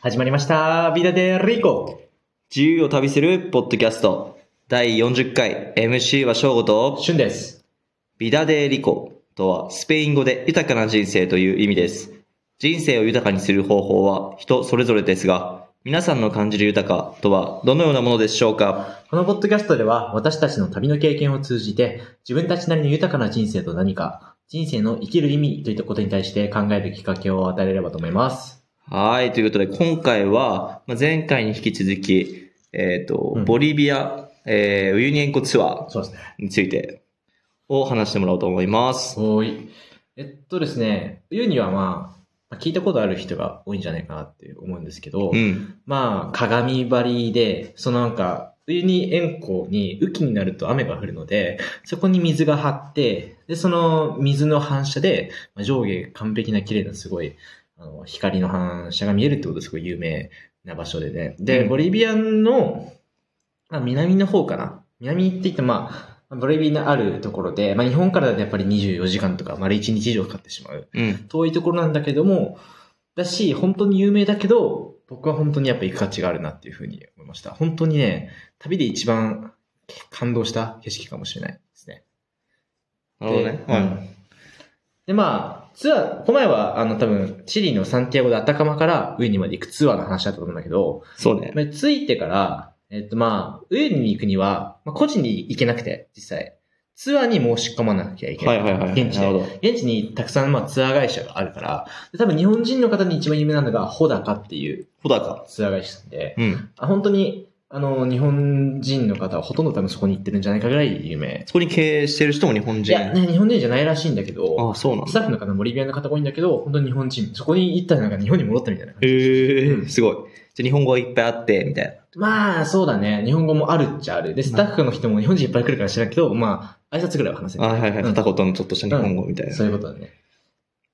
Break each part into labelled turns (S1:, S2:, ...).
S1: 始まりました。ビダデリコ。
S2: 自由を旅するポッドキャスト第40回 MC は翔吾と
S1: シュンです。
S2: ビダデリコとはスペイン語で豊かな人生という意味です。人生を豊かにする方法は人それぞれですが、皆さんの感じる豊かとはどのようなものでしょうか
S1: このポッドキャストでは私たちの旅の経験を通じて自分たちなりの豊かな人生と何か、人生の生きる意味といったことに対して考えるきっかけを与えれればと思います。
S2: はい、ということで今回はまあ前回に引き続き、えっ、と、
S1: うん
S2: ボリビア、えーウユニ塩湖ツアー
S1: そうですね。
S2: についてを話してもらおうと思います。
S1: おーい。えっとですね、冬にはまあ、まあ聞いたことある人が多いんじゃないかなって思うんですけど、
S2: うん。
S1: まあ、鏡張りで、そのなんか、冬に塩湖に雨季になると雨が降るので、そこに水が張って、で、その水の反射で、まあ上下完璧な綺麗なすごい、あの、光の反射が見えるってことですごい有名な場所でね。で、
S2: うん
S1: ボリビアの、まあ、南の方かな。南って言って、まあ、ボリビアのあるところで、まあ、日本からだとやっぱり24時間とか丸1日以上かかってしまう。
S2: うん。
S1: 遠いところなんだけども、だし、本当に有名だけど、僕は本当にやっぱ行く価値があるなっていうふうに思いました。本当にね、旅で一番感動した景色かもしれないですね。
S2: なるほどね。
S1: で
S2: はい。
S1: うんで、まあ、ツアー、この前は、あの、多分、チリのサンティアゴでアタカマからウユニまで行くツアーの話だったと思うんだけど、
S2: そうね。
S1: まあ着いてから、えっと、まあ、ウユニに行くには、まあ、個人に行けなくて、実際。ツアーに申し込まなきゃいけな。
S2: はいいはいはい。
S1: 現地
S2: な
S1: で
S2: るほど。
S1: 現地にたくさん、まあ、ツアー会社があるから、で多分日本人の方に一番有名なのが、ホダカっていう
S2: ほだか。
S1: ツアー会社なんで、
S2: うん。
S1: あ本当に、あの、日本人の方はほとんど多分そこに行ってるんじゃないかぐらい有名。
S2: そこに経営してる人も日本
S1: い
S2: 人。
S1: や、ね、日本人じゃないらしいんだけど、
S2: あ、そうなん
S1: ス
S2: だ。
S1: タッフの方、ボリビアの方が多いんだけど、本当に日本人、そこに行ったらなんか日本に戻ったみたいな感じ。
S2: へ
S1: うん
S2: え、すごい。じゃあ日本語がいっぱいあって、みたいな。
S1: まあ、そうだね。日本語もあるっちゃある。で、スタッフの人も日本人いっぱい来るから知らんけど、まあ、挨拶ぐらいは話せる。
S2: あはいはい。
S1: うん
S2: 片言のちょっとした日本語みたいな。
S1: そういうことだね。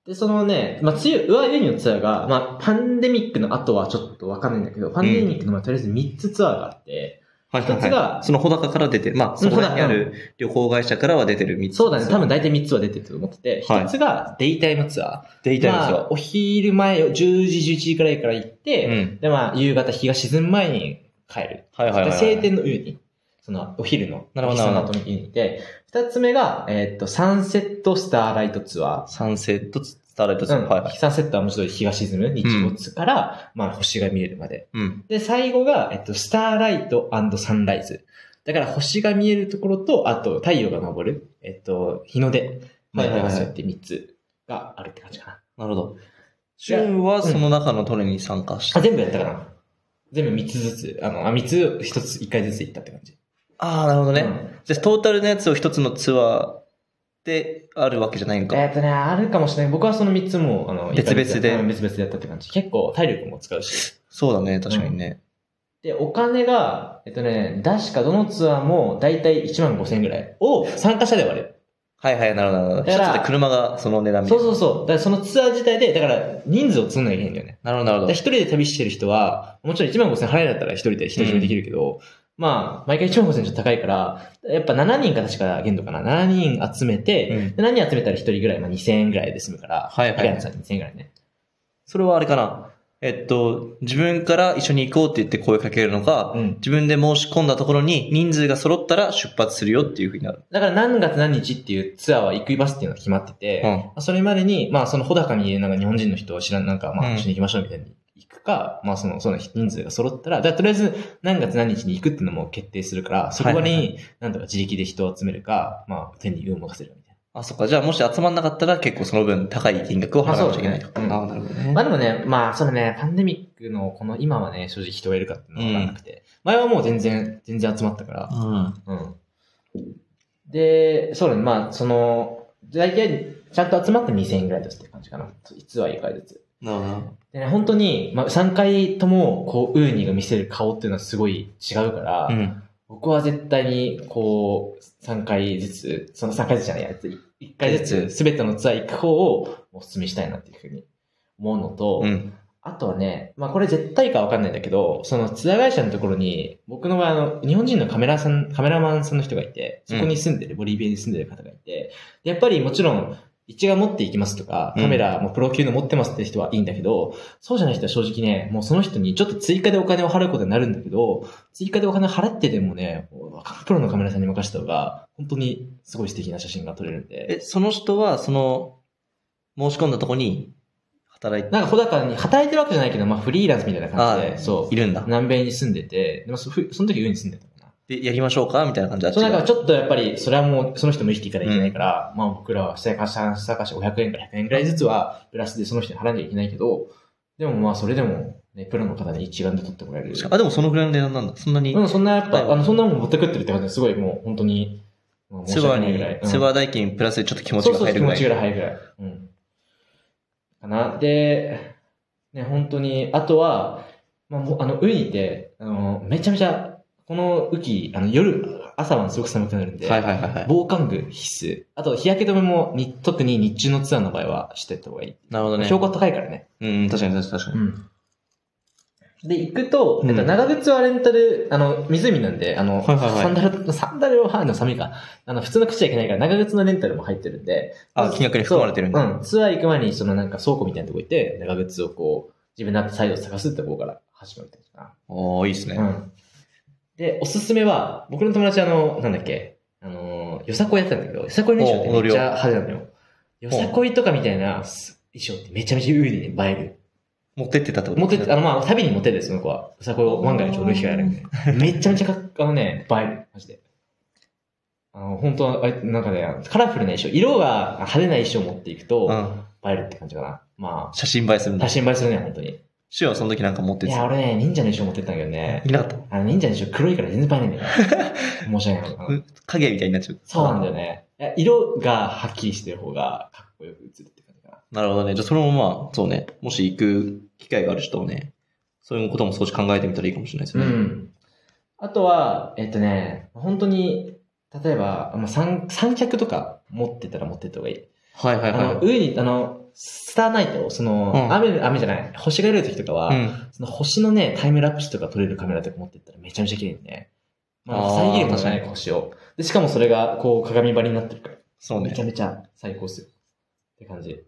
S1: で、そのね、まあ、梅雨、うわゆにのツアーが、まあ、パンデミックの後はちょっとわかんないんだけど、パンデミックの、まあ、とりあえず3つツアーがあって、
S2: はい
S1: 一つ
S2: はいは
S1: が
S2: い。その穂高から出てる。まあ、そこらにあ
S1: う
S2: る旅行会社からは出てる3つ。
S1: そうだね、多分大体3つは出てると思ってて、
S2: はい
S1: 1つがデイタイムツアー。
S2: デイタイムツアー
S1: まあお昼前よ、10時、11時くらいから行って、
S2: うん
S1: で、まあ、夕方日が沈む前に帰る。
S2: はいはいはいはい。
S1: 晴天の湯に、そのお昼の、
S2: なるほど
S1: お日様と見に行って、二つ目が、えーっと、サンセットスターライトツアー。
S2: サンセット、スターライトツ
S1: う
S2: アー
S1: ん、
S2: はいはい。
S1: サンセットはもちろん日が沈む、日没から、まあ星が見えるまで。
S2: うん。
S1: で、最後が、えっと、スターライトサンライズ。だから星が見えるところと、あと太陽が昇る、えっと、日の出。
S2: はいはいはい
S1: そうやって3つがあるって感じかな。
S2: なるほど。シュンはその中のトレに参加し
S1: あ、
S2: た。
S1: 全部やったかな全部3つずつ、あの、あ3つ、1つ、1回ずつ行ったって感じ。
S2: ああ、なるほど
S1: う
S2: ね。
S1: ん
S2: じゃあトータルのやつを1つのツアーであるわけじゃないんか。
S1: えっとね、あるかもしれない。僕はその3つも、あの、
S2: 別々で
S1: いい感じだったうん別々でやったって感じ。結構体力も使うし。
S2: そうだね、確かにね。
S1: で、お金が、えっとね、確かどのツアーも大体1万5千円ぐらいを参加者で割れる。
S2: はいはい、なるほどなるほど。
S1: だから
S2: 一つで車がその値段みた
S1: そ
S2: いうな
S1: そうそう。だからそのツアー自体で、だから人数を積んなきゃいけないんだよね。
S2: なるほど、なる
S1: だ
S2: ほ
S1: から
S2: ど
S1: 一。人で旅してる人は、もちろん1万5千円払えだったら一人で一人占めできるけど、まあ、毎回1万5千円ちょっと高いから、やっぱ7人か確か限度かな。7人集めて、
S2: うん
S1: で何人集めたら1人ぐらい、まあ2000円ぐらいで済むから、
S2: はいはい
S1: 平野さん2000円ぐらいね。
S2: それはあれかな。えっと、自分から一緒に行こうって言って声かけるのか、
S1: うん
S2: 自分で申し込んだところに人数が揃ったら出発するよっていうふうになる。
S1: だから何月何日っていうツアーは行くバスっていうのが決まってて、
S2: う
S1: ま
S2: ん。
S1: あそれまでに、まあそのほだかになんか日本人の人を知らん、なんかま
S2: う
S1: あ
S2: ん
S1: 一緒に行きましょうみたいに行くか、まあその、その人数が揃ったら、だからとりあえず何月何日に行くっていうのも決定するから、そこ
S2: はいはいは
S1: になんとか自力で人を集めるか、まあ手に運を任せるみたい
S2: あ、そっか。じゃあもし集まんなかったら結構その分高い金額を払わなきゃいけないとか。
S1: あそうだねうん
S2: あなるほど
S1: な。
S2: ね
S1: まあ。でもね、まあそのね、パンデミックのこの今はね、正直人がいるかっていうのはわからなくて、前はもう全然、全然集まったから、
S2: うん。
S1: うん。で、そうだね、まあ、その、大体、ちゃんと集まって2000円ぐらいですって感じかな。実は1回ずつ。
S2: なるほど。
S1: でね、本当に、まあ、3回とも、こう、ウーニーが見せる顔っていうのはすごい違うから、
S2: うん。
S1: 僕は絶対に、こう、3回ずつ、その3回ずつじゃないやつ、1回ずつ、すべてのツアー行く方をお勧めしたいなっていうふうに思うのと、
S2: うん。
S1: あとはね、まあこれ絶対かわかんないんだけど、そのツアー会社のところに、僕の場合あの、日本人のカメラさん、カメラマンさんの人がいて、そこに住んでる、ボリビアに住んでる方がいて、でやっぱりもちろん、一眼持っていきますとか、カメラもプロ級の持ってますって人はいいんだけど、そうじゃない人は正直ね、もうその人にちょっと追加でお金を払うことになるんだけど、追加でお金払ってでもね、プロのカメラさんに任せた方が、本当にすごい素敵な写真が撮れるんで。
S2: え、その人は、その、申し込んだとこに、働いて、
S1: なんか、ほだかに働いてるわけじゃないけど、まあフリーランスみたいな感じ
S2: あ
S1: で、そ。
S2: いうるんだ。
S1: 南米に住んでて、でもそふその時上に住んでたかな。
S2: で、やりましょうかみたいな感じだ
S1: そう、だから
S2: 違う
S1: ちょっとやっぱり、それはもう、その人も生きていかないといけないから、まあ僕らは下かし、下かし500円から100円ぐらいずつは、プラスでその人に払わなきゃいけないけど、でもまあそれでも、ね、プロの方に一眼で撮ってもらえる。
S2: あ、でもそのぐらいの値段なんだ。そんなに
S1: う、ん、そんなやっぱ、
S2: はい
S1: あの、そんなもん持ってくってるって感じですごいもう本当に、まあ
S2: セ
S1: 申し訳
S2: バ
S1: ない
S2: に
S1: ぐらい。、
S2: セバ
S1: に
S2: 代金プラスでちょっと気
S1: 気
S2: 持ちが入るぐらい。
S1: そうそう、気持ちが入るぐらい。うん。かな。で、ね、本当に、あとは、まあ、もうあの、ウニって、あの、めちゃめちゃ、この雨季、あの、夜、朝晩すごく寒くなるんで、
S2: はいはいはいはい。
S1: 防寒具必須。あと、日焼け止めもに、特に日中のツアーの場合はしてった方がいい。
S2: なるほどね。
S1: 標高高いからね。
S2: うん、確かに確かに確かに。
S1: で、行くと、
S2: うん
S1: えっと長靴はレンタル、あの、湖なんで、あの、
S2: はいはいはい
S1: サンダル、サンダルは、あの、寒いか。あの、普通の靴じゃいけないから、長靴のレンタルも入ってるんで。
S2: あ、金額に含まれてるん
S1: う
S2: だ。
S1: ん。ツアー行く前に、そのなんか倉庫みたいなとこ行って、長靴をこう、自分の合ったサイズを探すってとこから始まるって感じかな。
S2: おー、いいですね。
S1: うん。で、おすすめは、僕の友達あの、なんだっけ、あのー、よさこいやってたんだけど、よさこいの衣装ってめっちゃ派手なのよ。よさこいとかみたいなす衣装ってめちゃめちゃ有利に映える。
S2: 持ってってたってこと
S1: 持ってって、あの、まあ、旅に持ってって、その子は。よさこいを万が一俺の日がやるみたいな。めっちゃめちゃかっ、あのね、映える。マジで。あの、本当はあれなんかね、カラフルな衣装、色が派手な衣装を持っていく
S2: う
S1: と、
S2: ん。
S1: 映えるって感じかな。ま
S2: 写真映えするん
S1: あ、
S2: だ
S1: 写。真映えするね、本当に。
S2: シュはその時なんか持って
S1: い
S2: て
S1: や、
S2: た。
S1: 俺ね、忍者の衣装持ってったんだけどね。
S2: いなかった。
S1: あの、忍者の衣装黒いから全然映えないん だよ。申し訳ないな。
S2: うん影みたいになっちゃう。
S1: そうなんだよね。いや色がはっきりしてる方がかっこよく映るって感じかな。
S2: なるほどね。じゃあ、それもまあ、そうね。もし行く機会がある人はね、そういうことも少し考えてみたらいいかもしれないですよね。
S1: ん。あとは、えっとね、本当に、例えば、まあ、三三脚とか持ってたら持ってった方がいい。
S2: はいはい
S1: あの、
S2: はい。
S1: 上に、あの、スターナイト、その、
S2: うん
S1: 雨、雨じゃない、星が出る時とかは、
S2: うん。
S1: その星のね、タイムラプスとか撮れるカメラとか持ってったらめちゃめちゃ綺麗にね。まあ、
S2: あー
S1: 再現もしな
S2: 確
S1: い星を。で、しかもそれが、こう、鏡張りになってるから。
S2: そう
S1: め
S2: ね
S1: ちゃ。めちゃ最高っすよ。って感じ。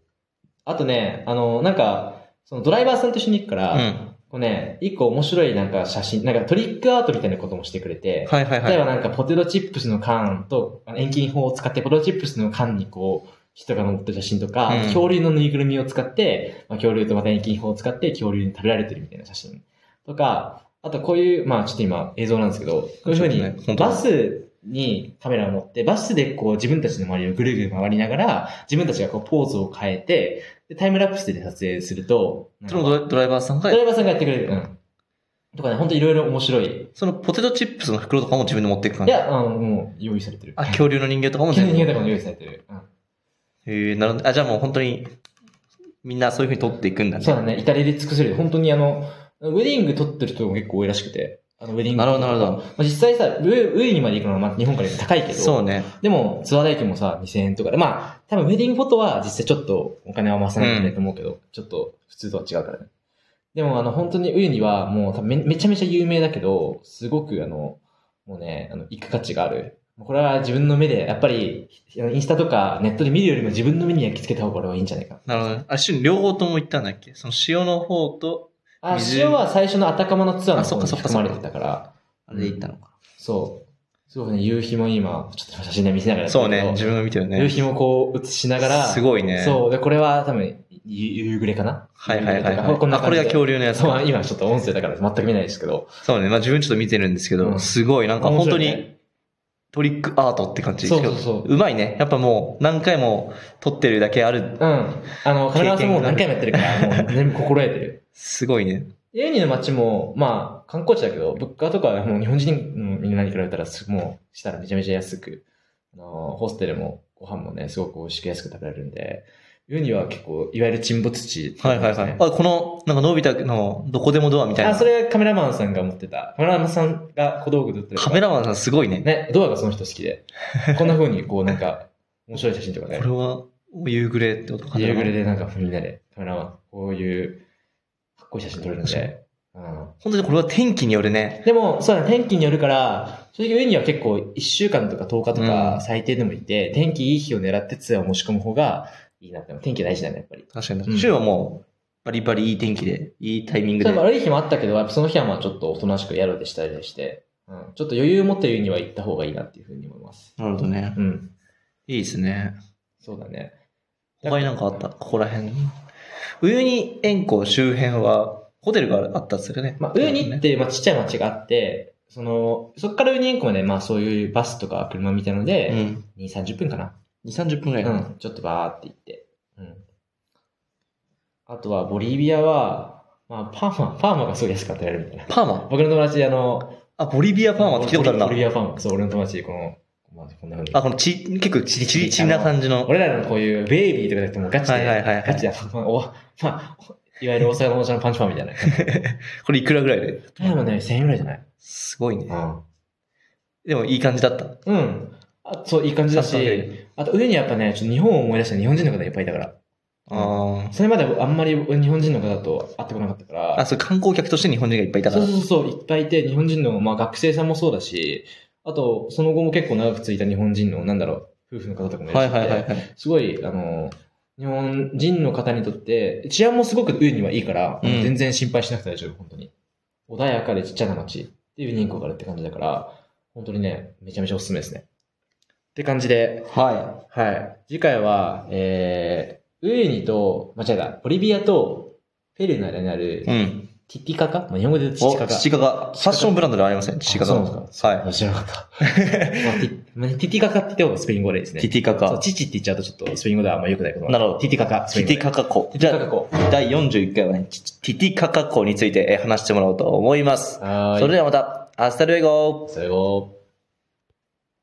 S1: あとね、あの、なんか、そのドライバーさんと一緒に行くか
S2: う
S1: ら、
S2: ん。は
S1: こうね、一個面白いなんか写真、なんかトリックアートみたいなこともしてくれて
S2: い、はいは
S1: 例え
S2: い。
S1: ばなんかポテトチップスの缶と、あの遠近法を使ってポテトチップスの缶にこう、人が乗ってる写真とか、
S2: うん
S1: 恐竜のぬいぐるみを使って、まあ、恐竜とまた遠近法を使って恐竜に食べられてるみたいな写真とか、あとこういう、まあちょっと今映像なんですけど、こういうふうに
S2: そうですね本当に
S1: バスにカメラを持って、バスでこう自分たちの周りをぐるぐる回りながら、自分たちがこうポーズを変えて、でタイムラプスで撮影すると、なん
S2: そ
S1: か
S2: のドラドライバーさんが
S1: ド、ライバーさんがやってくれる。うん。とかね、本当いろいろ面白い。
S2: そのポテトチップスの袋とかも自分で持っていく感
S1: い
S2: じ。
S1: や、あの、もう用意されてる。
S2: あ、恐竜の人形とかも
S1: 急
S2: 全
S1: に
S2: 部。
S1: 逃げたこと用意されてる。う
S2: へえなるほど。あ、じゃあもう本当に、みんなそういうふうに撮っていくんだ
S1: ん、
S2: ね。
S1: そうだね、至れり尽くせる。本当にあの、ウェディング撮ってる人も結構多いらしくて。あの、ウェディング。
S2: なるほど、なるほ
S1: ま
S2: ど。
S1: あ、実際さ、ウェウェイまで行くのはまあ日本から言うと高いけど、
S2: そうね。
S1: でもツアー代金もさ、2000円とかで、まあ、多分ウェディングフォトは実際ちょっとお金は回さないといけないと思うけど、ちょっと普通とは違うからね。でもあの、本当にウェにはもう多分めめちゃめちゃ有名だけど、すごくあの、もうね、あの、行く価値がある。これは自分の目で、やっぱり、あのインスタとかネットで見るよりも自分の目に焼き付けた方が俺はいいんじゃないかな。
S2: なるほどね。あ、一緒に両方とも行ったんだっけその塩の方と、
S1: あ、
S2: 水
S1: 塩は最初のアタカマのツアーの
S2: あそ
S1: 方
S2: っ
S1: に
S2: かそっか
S1: 含
S2: そっか
S1: まれてたから、
S2: あれで行ったのか。
S1: そう。すごくね、夕日も今、ちょっと今写真で見せながらやってる
S2: そう
S1: けど
S2: ね。自分が見てるね。
S1: 夕日もこう映しながら、
S2: すごいね。
S1: そう。で、これは多分、ゆ夕暮れかな
S2: はいはいはい、
S1: 夕
S2: は
S1: 暮れ
S2: い。
S1: とかこんな
S2: あ、こ
S1: 感
S2: れ
S1: じ
S2: が
S1: で。
S2: 恐竜のやつ。
S1: そう、今ちょっと音声だから全く見ないですけど。
S2: そうね。まあ自分ちょっと見てるんですけど、
S1: うん
S2: すごい、なんか本
S1: 面
S2: 当
S1: 白い
S2: に
S1: ね
S2: トリックアートって感じ。
S1: そうそうそう
S2: うまいね。やっぱもう何回も撮ってるだけある。
S1: うん。あの、カメラさんもう何回もやってるから、もう全部心得てる。
S2: すごいね。
S1: ユニの街も、まあ、観光地だけど、物価とかはもう日本人のなに比べたら、すもう、したらめちゃめちゃ安く、あの、ホステルもご飯もね、すごく美味しく安く食べられるんで、ユニは結構、いわゆる沈没地、
S2: はいはいはい。あ、この、なんかのび太のどこでもドアみたいな。
S1: あ、それカメラマンさんが持ってた。カメラマンさんが小道具で売ってる
S2: カメラマンさんすごいね。
S1: ね、ドアがその人好きで。こんな風に、こうなんか、面白い写真とかね
S2: これ。は、夕暮れってことかな。
S1: 夕暮れでなんかみんなで、カメラマン、こういう、かっこいい写真撮れるんで。うん、
S2: 本当にこれは天気によるね。
S1: でも、そうだね、天気によるから、正直上には結構1週間とか10日と
S2: うん
S1: か最低でもいて、天気いい日を狙ってツアーを申し込む方が、いいなって。天気大事だね、やっぱり。
S2: 確かに。
S1: うん
S2: 週はもう、バリバリいい天気で、いいタイミング
S1: で
S2: で。
S1: も悪い日もあったけど、やっぱその日はまあちょっとおとなしくやろうでしたりして、うん、ちょっと余裕を持ってるには行った方がいいなっていうふうに思います。
S2: なるほどね。
S1: うん。
S2: いいですね。
S1: そうだね。
S2: 他になんかあったここら辺。ウユニ塩湖周辺は、ホテルがあったっすよね。
S1: まあ、ウユニっ。て、まあ、ちっちゃい町があって、その、そこからウユニ塩湖まで、まあ、そういうバスとか車みたいの
S2: う
S1: で、
S2: ん。
S1: 2、30分かな。
S2: 2、30分ぐらい。
S1: うん、ちょっとバーって行って。うん。あとは、ボリビアは、まあ、パーマ、パーマがすごい安かったらやるみたいな。
S2: パーマ。
S1: 僕の友達であの、
S2: あ、ボリビアパーマって聞いたことあるな
S1: ボリ。ビアパーマ、そう、俺の友達でこの、まあ、こんな風に。
S2: あ、このち、結構ちりちりちりな感じの。
S1: 俺らのこういうベイビーとかじゃなくてもうガチで、
S2: はいはいはいはい
S1: ガチで、まあ、おまあ、いわゆる大阪のおもちゃのパンチパンみたいな。
S2: これいくらぐらいで
S1: でもね、1000円ぐらいじゃない
S2: すごいね。
S1: う
S2: でもいい感じだった。
S1: ん。うん。あそう、いい感じだ
S2: ちゃんと見れ
S1: し、あと上にやっぱね、ちょっと日本を思い出した日本人の方がいっぱいいたから。
S2: あ
S1: それまであんまり日本人の方と会ってこなかったか
S2: あ。あ、
S1: ら、
S2: そう、観光客として日本人がいっぱいいたか
S1: そう
S2: ら。
S1: そうそう、いっぱいいて、日本人の、まあ、学生さんもそうだし、あと、その後も結構長くついた日本人の、なんだろう、夫婦の方とかもいらっ
S2: は
S1: しゃっ
S2: い
S1: て、
S2: はいはいはい。
S1: すごい、あの、日本人の方にとって、治安もすごくウユニはいいから、
S2: うん
S1: 全然心配しなくて大丈夫、本当に。穏やかでちっちゃな街っていう人口からって感じだから、本当にね、めちゃめちゃおすすめですね。って感じで、
S2: は
S1: はい。次回は、えー、ウユニと、間違えた、ボリビアとペルーの間にある
S2: い。う、ん。
S1: ティティカカ、まあ、日本語で言うと
S2: お
S1: チチカカ。
S2: チカカ。ファッションブランドではありません。チカカ。
S1: あそうなんです
S2: はい。
S1: あ知ら なかった。まあティまあティティカカって言ってもスペイン語でですね。
S2: ティティカ
S1: そう
S2: カ。
S1: チチって言っちゃうとちょっとスペイン語ではあんま良くないこと
S2: なるほど
S1: ティティカカ。スペ
S2: テ
S1: イン
S2: ィ
S1: 語
S2: テ
S1: で
S2: ィカカ湖。じ
S1: じゃあ、
S2: ゃあ、第41回はね、チチティティカカ湖についてえー話してもらおうと思います。
S1: はーい。
S2: それではまた、アスタルエゴ
S1: それを。